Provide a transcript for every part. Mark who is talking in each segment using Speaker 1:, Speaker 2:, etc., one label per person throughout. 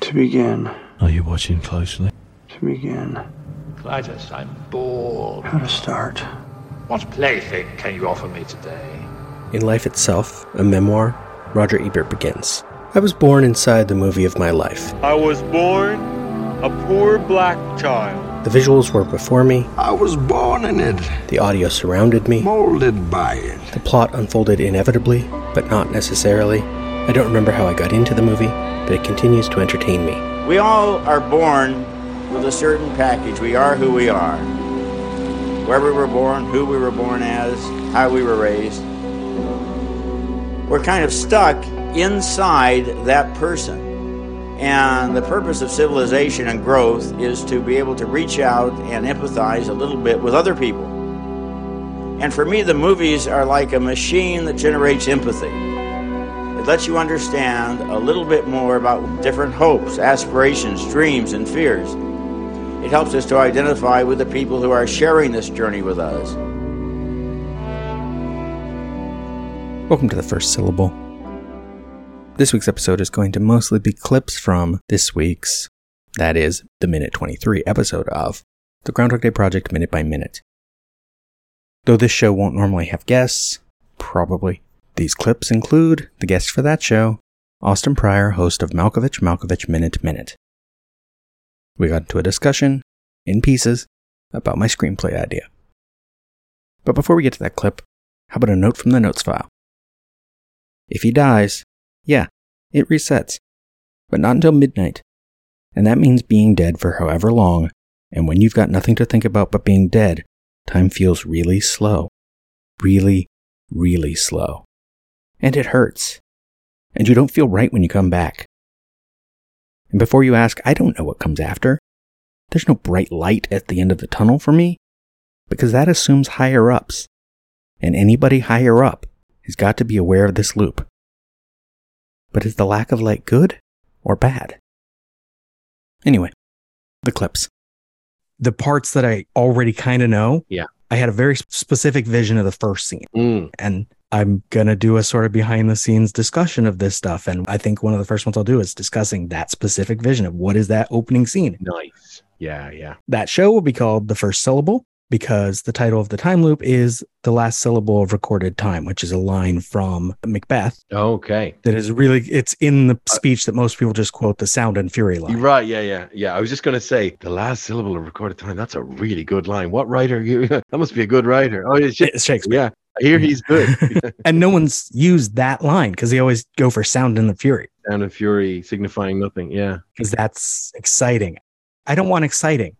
Speaker 1: To begin.
Speaker 2: Are you watching closely?
Speaker 1: To begin.
Speaker 3: Clytus, I'm bored.
Speaker 1: How to start?
Speaker 3: What plaything can you offer me today?
Speaker 4: In Life Itself, a memoir, Roger Ebert begins. I was born inside the movie of my life.
Speaker 5: I was born a poor black child.
Speaker 4: The visuals were before me,
Speaker 6: I was born in it,
Speaker 4: the audio surrounded me,
Speaker 6: molded by it.
Speaker 4: the plot unfolded inevitably, but not necessarily. I don't remember how I got into the movie, but it continues to entertain me.
Speaker 7: We all are born with a certain package. We are who we are. Where we were born, who we were born as, how we were raised. We're kind of stuck inside that person. And the purpose of civilization and growth is to be able to reach out and empathize a little bit with other people. And for me, the movies are like a machine that generates empathy. It lets you understand a little bit more about different hopes, aspirations, dreams, and fears. It helps us to identify with the people who are sharing this journey with us.
Speaker 8: Welcome to the first syllable. This week's episode is going to mostly be clips from this week's, that is, the minute 23 episode of the Groundhog Day Project Minute by Minute. Though this show won't normally have guests, probably, these clips include the guest for that show, Austin Pryor, host of Malkovich Malkovich Minute Minute. We got into a discussion, in pieces, about my screenplay idea. But before we get to that clip, how about a note from the notes file? If he dies, yeah, it resets. But not until midnight. And that means being dead for however long, and when you've got nothing to think about but being dead, time feels really slow. Really, really slow. And it hurts. And you don't feel right when you come back. And before you ask, I don't know what comes after. There's no bright light at the end of the tunnel for me, because that assumes higher ups. And anybody higher up has got to be aware of this loop. But is the lack of light good or bad? Anyway, the clips.
Speaker 9: the parts that I already kind of know.
Speaker 10: Yeah.
Speaker 9: I had a very s- specific vision of the first scene
Speaker 10: Mm.
Speaker 9: and I'm going to do a sort of behind the scenes discussion of this stuff and I think one of the first ones I'll do is discussing that specific vision of what is that opening scene.
Speaker 10: Nice. Yeah, yeah.
Speaker 9: That show will be called The First Syllable because the title of the time loop is The Last Syllable of Recorded Time, which is a line from Macbeth
Speaker 10: Okay.
Speaker 9: that is really it's in the
Speaker 10: Uh,
Speaker 9: speech that most people just quote the sound and fury line.
Speaker 10: You're right. Yeah, yeah, yeah. I was just gonna say the last syllable of recorded time. That's a really good line. What writer? You? That must be a good writer. Oh, it's just,
Speaker 9: It's Shakespeare.
Speaker 10: yeah. I hear he's good.
Speaker 9: and no one's used that line because they always go for sound and the fury.
Speaker 10: Sound of fury signifying nothing. Yeah.
Speaker 9: because that's exciting. I don't want exciting.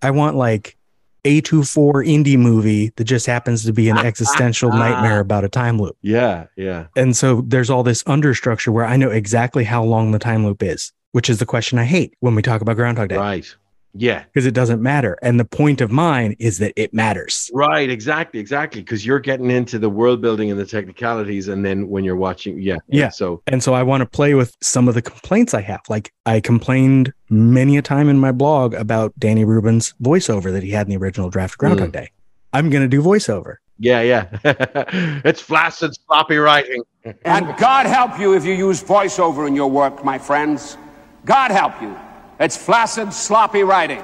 Speaker 9: I want like A24 indie movie that just happens to be an existential nightmare about a time loop.
Speaker 10: Yeah. Yeah.
Speaker 9: And so there's all this understructure where I know exactly how long the time loop is, which is the question I hate when we talk about Groundhog Day
Speaker 10: Right. Yeah.
Speaker 9: because it doesn't matter. And the point of mine is that it matters.
Speaker 10: Right. Exactly. Exactly. Because you're getting into the world building and the technicalities, and then when you're watching, yeah.
Speaker 9: Yeah.
Speaker 10: So
Speaker 9: And so I want to play with some of the complaints I have. Like I complained many a time in my blog about Danny Rubin's voiceover that he had in the original draft of Groundhog
Speaker 10: Mm.
Speaker 9: Day. I'm going to do voiceover.
Speaker 10: yeah, yeah. it's flaccid, sloppy writing.
Speaker 11: And God help you if you use voiceover in your work, my friends. God help you. It's flaccid, sloppy writing.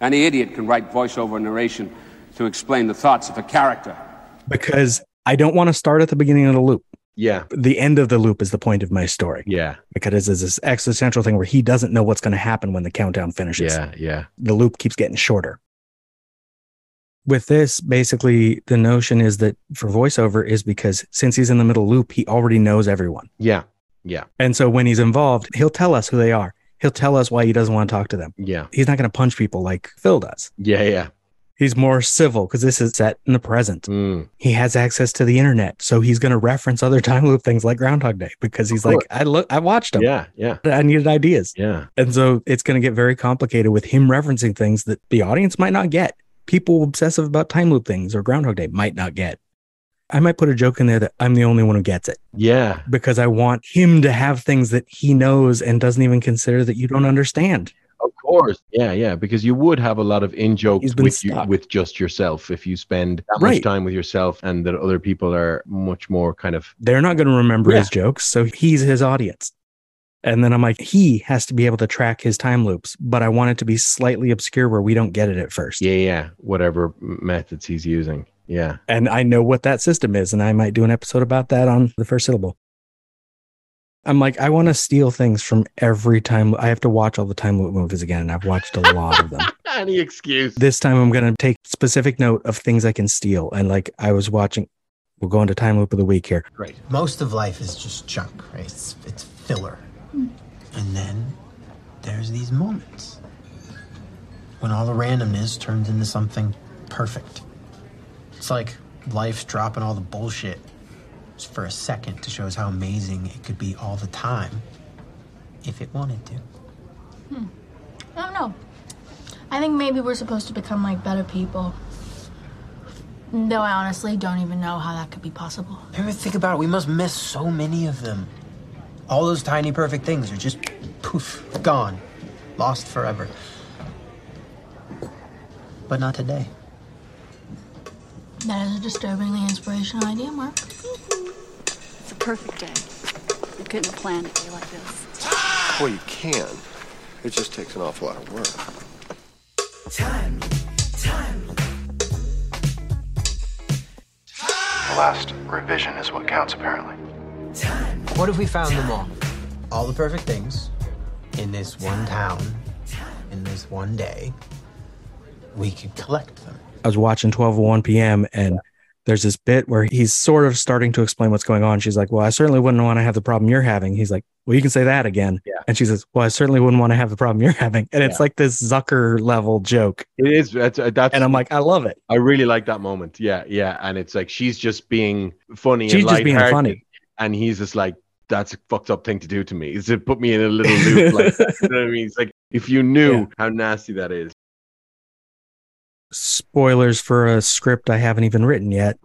Speaker 11: Any idiot can write voiceover narration to explain the thoughts of a character.
Speaker 9: because I don't want to start at the beginning of the loop.
Speaker 10: Yeah.
Speaker 9: The end of the loop is the point of my story
Speaker 10: Yeah.
Speaker 9: because it's this existential thing where he doesn't know what's going to happen when the countdown finishes.
Speaker 10: Yeah. Yeah.
Speaker 9: The loop keeps getting shorter. With this, basically, the notion is that for voiceover is because since he's in the middle loop, he already knows everyone.
Speaker 10: Yeah.
Speaker 9: And so when he's involved, he'll tell us who they are. He'll tell us why he doesn't want to talk to them.
Speaker 10: Yeah.
Speaker 9: He's not going to punch people like Phil does.
Speaker 10: Yeah. Yeah.
Speaker 9: He's more civil because this is set in the present.
Speaker 10: Mm.
Speaker 9: he has access to the internet so he's going to reference other time loop things like groundhog day because he's like
Speaker 10: course.
Speaker 9: i look i watched him
Speaker 10: Yeah. Yeah.
Speaker 9: i needed ideas
Speaker 10: Yeah.
Speaker 9: and so it's going to get very complicated with him referencing things that the audience might not get people obsessive about time loop things or groundhog day might not get i might put a joke in there that i'm the only one who gets it
Speaker 10: Yeah.
Speaker 9: because i want him to have things that he knows and doesn't even consider that you don't understand
Speaker 10: Of course. Yeah, yeah. Because you would have a lot of in jokes
Speaker 9: He's been
Speaker 10: with you,
Speaker 9: stuck.
Speaker 10: with just yourself if you spend that
Speaker 9: Right.
Speaker 10: much time with yourself and that other people are much more kind of
Speaker 9: they're not going to remember
Speaker 10: Yeah.
Speaker 9: his jokes so he's his audience And then I'm like, he has to be able to track his time loops, but I want it to be slightly obscure where we don't get it at first.
Speaker 10: Yeah, yeah. Whatever methods he's using. Yeah.
Speaker 9: And I know what that system is, and I might do an episode about that on the first syllable. I'm like, I want to steal things from every time. I have to watch all the time loop movies again, and I've watched a lot of them.
Speaker 10: Any excuse.
Speaker 9: This time I'm going to take specific note of things I can steal. And like I was watching, we'll go into time loop of the week here.
Speaker 10: Great.
Speaker 1: Most of life is just junk, right? It's, it's filler. And then there's these moments when all the randomness turns into something perfect. It's like life's dropping all the bullshit just for a second to show us how amazing it could be all the time if it wanted to.
Speaker 2: I don't know. I think maybe we're supposed to become like better people. Though I honestly don't even know how that could be possible.
Speaker 1: Ever think about it? We must miss so many of them. All those tiny perfect things are just poof, gone, lost forever. But not today.
Speaker 2: That is a disturbingly inspirational idea, Mark.
Speaker 12: It's a perfect day. I couldn't have planned a day like this.
Speaker 13: Well, you can. It just takes an awful lot of work.
Speaker 14: The last revision is what counts, apparently.
Speaker 1: What if we found them all? All the perfect things in this one town, in this one day. We could collect them.
Speaker 9: I was watching 12:01 p.m. and there's this bit where he's sort of starting to explain what's going on. She's like, "Well, I certainly wouldn't want to have the problem you're having." He's like, "Well, you can say that again."
Speaker 10: Yeah.
Speaker 9: And she says, "Well, I certainly wouldn't want to have the problem you're having." And it's
Speaker 10: Yeah.
Speaker 9: like this Zucker level joke,
Speaker 10: It is. That's, uh, that's
Speaker 9: and I'm like, I love it.
Speaker 10: I really like that moment. Yeah, yeah. And it's like she's just being funny.
Speaker 9: She's
Speaker 10: and
Speaker 9: just being
Speaker 10: lighthearted,
Speaker 9: funny.
Speaker 10: And he's just like, that's a fucked up thing to do to me. Is to put me in a little loop like that. You know what I mean? It's like if you knew
Speaker 9: Yeah.
Speaker 10: how nasty that is.
Speaker 9: Spoilers for a script I haven't even written yet.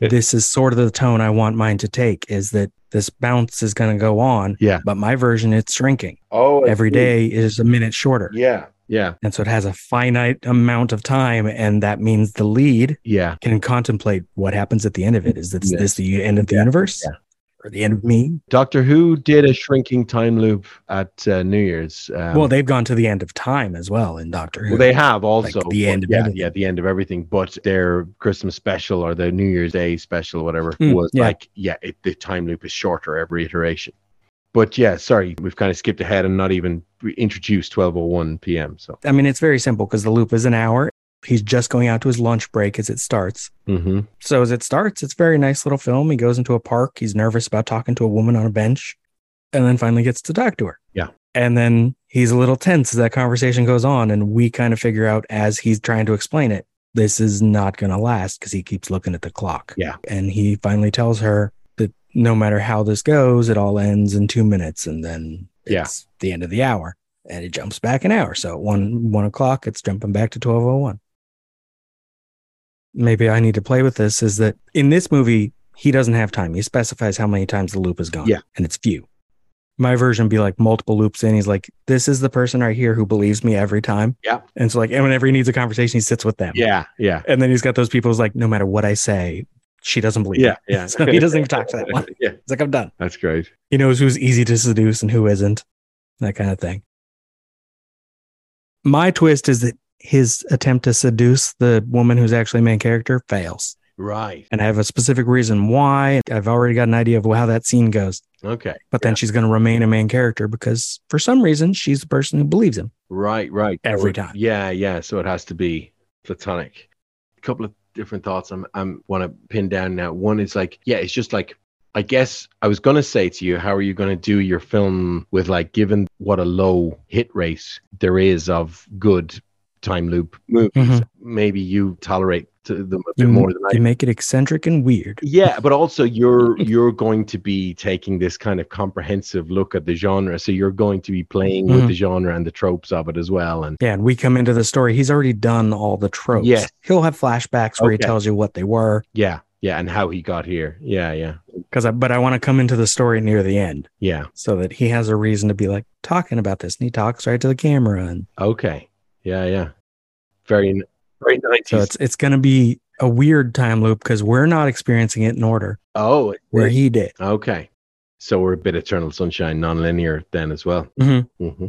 Speaker 9: this is sort of the tone I want mine to take is that this bounce is going to go on.
Speaker 10: Yeah.
Speaker 9: But my version, it's shrinking.
Speaker 10: oh,
Speaker 9: Every day is a minute shorter.
Speaker 10: Yeah, yeah,
Speaker 9: And so it has a finite amount of time. And that means the lead
Speaker 10: yeah.
Speaker 9: can contemplate what happens at the end of it. Is this,
Speaker 10: Yes.
Speaker 9: this the end of the
Speaker 10: Yeah,
Speaker 9: universe
Speaker 10: yeah.
Speaker 9: or the end of me?
Speaker 10: Doctor Who did a shrinking time loop at uh, New Year's. Um,
Speaker 9: well, they've gone to the end of time as well in Doctor Who.
Speaker 10: Well, they have also
Speaker 9: Like the end of
Speaker 10: yeah,
Speaker 9: everything.
Speaker 10: yeah, the end of everything. But their Christmas special or their New Year's Day special, whatever,
Speaker 9: Hmm,
Speaker 10: was
Speaker 9: yeah.
Speaker 10: like yeah, it, the time loop is shorter every iteration. But yeah, sorry, we've kind of skipped ahead and not even re- introduced 12:01 p.m. So
Speaker 9: I mean, it's very simple because the loop is an hour. He's just going out to his lunch break as it starts.
Speaker 10: hmm
Speaker 9: So as it starts, it's a very nice little film. He goes into a park. He's nervous about talking to a woman on a bench, and then finally gets to talk to her.
Speaker 10: Yeah.
Speaker 9: And then he's a little tense as that conversation goes on, and we kind of figure out as he's trying to explain it, this is not going to last because he keeps looking at the clock.
Speaker 10: Yeah.
Speaker 9: And he finally tells her that no matter how this goes, it all ends in two minutes, and then
Speaker 10: Yeah.
Speaker 9: it's the end of the hour, and it jumps back an hour. So at one one o'clock, it's jumping back to twelve oh one maybe I need to play with this is that in this movie, he doesn't have time. He specifies how many times the loop is gone.
Speaker 10: Yeah.
Speaker 9: And it's few. My version would be like multiple loops in. He's like, this is the person right here who believes me every time.
Speaker 10: Yeah.
Speaker 9: And so like, and whenever he needs a conversation, he sits with them.
Speaker 10: yeah, yeah,
Speaker 9: And then he's got those people who's like, no matter what I say, she doesn't believe
Speaker 10: yeah,
Speaker 9: me.
Speaker 10: yeah.
Speaker 9: So he doesn't even talk to that one.
Speaker 10: yeah,
Speaker 9: It's like, I'm done.
Speaker 10: that's great.
Speaker 9: He knows who's easy to seduce and who isn't, that kind of thing. My twist is that his attempt to seduce the woman who's actually main character fails.
Speaker 10: Right.
Speaker 9: And I have a specific reason why. I've already got an idea of how that scene goes.
Speaker 10: Okay.
Speaker 9: But then she's going to remain a main character because for some reason she's the person who believes him.
Speaker 10: Right, right.
Speaker 9: Every
Speaker 10: Or-
Speaker 9: time.
Speaker 10: Yeah, yeah. So it has to be platonic. A couple of different thoughts I'm I'm want to pin down now. One is like, yeah, it's just like I guess I was gonna say to you, how are you gonna do your film with like given what a low hit rate there is of good time loop movies?
Speaker 9: Mhm.
Speaker 10: Maybe you tolerate to them a bit
Speaker 9: You,
Speaker 10: more than I
Speaker 9: you make it eccentric and weird.
Speaker 10: yeah but also you're you're going to be taking this kind of comprehensive look at the genre so you're going to be playing with
Speaker 9: Mhm.
Speaker 10: the genre and the tropes of it as well and
Speaker 9: Yeah, and we come into the story. He's already done all the tropes.
Speaker 10: Yes.
Speaker 9: He'll have flashbacks where he
Speaker 10: Okay.
Speaker 9: tells you what they were.
Speaker 10: yeah yeah and how he got here yeah yeah
Speaker 9: Cause I, but I want to come into the story near the end
Speaker 10: yeah
Speaker 9: so that he has a reason to be like talking about this. And he talks right to the camera. And
Speaker 10: okay yeah yeah very very 90s
Speaker 9: so it's, it's going to be a weird time loop because we're not experiencing it in order
Speaker 10: oh it-
Speaker 9: where he did.
Speaker 10: okay So we're a bit eternal sunshine, nonlinear then as well.
Speaker 9: Mm-hmm.
Speaker 10: Mm-hmm.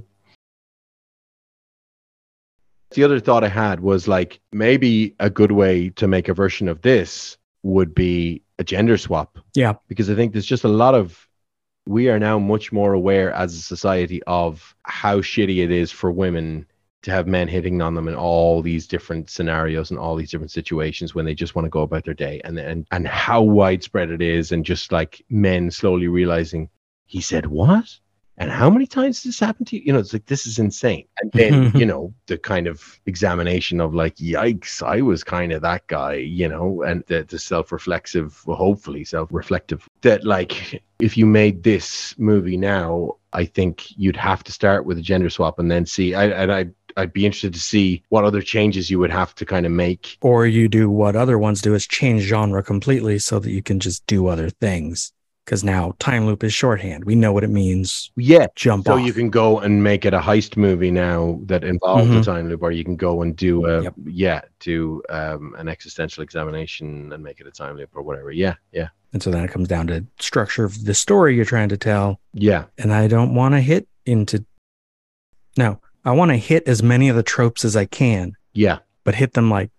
Speaker 10: The other thought I had was like maybe a good way to make a version of this would be a gender swap.
Speaker 9: Yeah.
Speaker 10: Because I think there's just a lot of, we are now much more aware as a society of how shitty it is for women to have men hitting on them in all these different scenarios and all these different situations when they just want to go about their day and, and, and how widespread it is and just like men slowly realizing, he said what? and how many times this happened to you? You know, it's like this is insane. And then, you know, the kind of examination of like, yikes, I was kind of that guy, you know, and the, the self reflexive, well, hopefully self reflective, that like if you made this movie now, I think you'd have to start with a gender swap and then see. I, and I, I'd be interested to see what other changes you would have to kind of make.
Speaker 9: Or you do what other ones do is change genre completely so that you can just do other things because now time loop is shorthand. We know what it means.
Speaker 10: Yeah,
Speaker 9: jump.
Speaker 10: So
Speaker 9: off.
Speaker 10: you can go and make it a heist movie now that involves
Speaker 9: Mhm.
Speaker 10: the time loop, or you can go and do a
Speaker 9: Yep.
Speaker 10: yeah, do um, an existential examination and make it a time loop or whatever. Yeah, yeah,
Speaker 9: and so then it comes down to structure of the story you're trying to tell.
Speaker 10: yeah.
Speaker 9: And I don't want to hit into. No, I want to hit as many of the tropes as I can.
Speaker 10: Yeah.
Speaker 9: but hit them like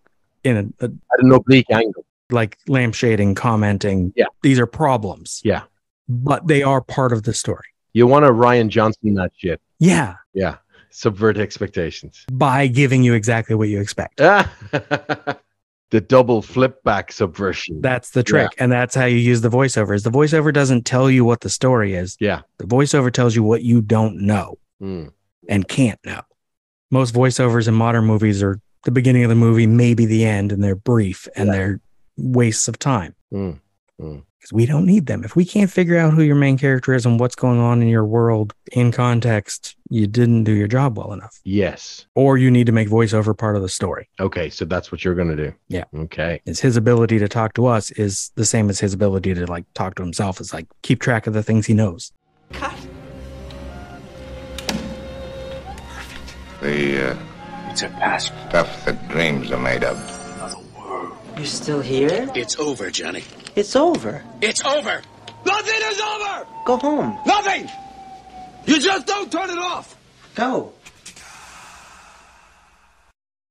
Speaker 9: in a, a
Speaker 10: at an oblique angle,
Speaker 9: like lampshading, commenting.
Speaker 10: Yeah,
Speaker 9: these are problems.
Speaker 10: Yeah,
Speaker 9: but they are part of the story.
Speaker 10: You want to Ryan Johnson that shit.
Speaker 9: Yeah,
Speaker 10: Yeah, subvert expectations.
Speaker 9: by giving you exactly what you expect.
Speaker 10: Ah, the double flip back subversion.
Speaker 9: That's the trick. And that's how you use the voiceover. Is the voiceover doesn't tell you what the story is.
Speaker 10: Yeah.
Speaker 9: The voiceover tells you what you don't know
Speaker 10: Mm.
Speaker 9: and can't know. Most voiceovers in modern movies are the beginning of the movie, maybe the end, and they're brief and they're wastes of time.
Speaker 10: Mm. Mm.
Speaker 9: Because we don't need them. If we can't figure out who your main character is and what's going on in your world in context, you didn't do your job well enough.
Speaker 10: Yes.
Speaker 9: Or you need to make voiceover part of the story.
Speaker 10: Okay, so that's what you're gonna do.
Speaker 9: Yeah.
Speaker 10: Okay.
Speaker 9: is his ability to talk to us is the same as his ability to like talk to himself is like keep track of the things he knows
Speaker 15: The uh, it's a past stuff that dreams are made of.
Speaker 16: You're still here?
Speaker 15: It's over, Johnny.
Speaker 16: It's over.
Speaker 15: It's over. Nothing is over.
Speaker 16: Go home.
Speaker 15: Nothing. You just don't turn it off.
Speaker 16: Go.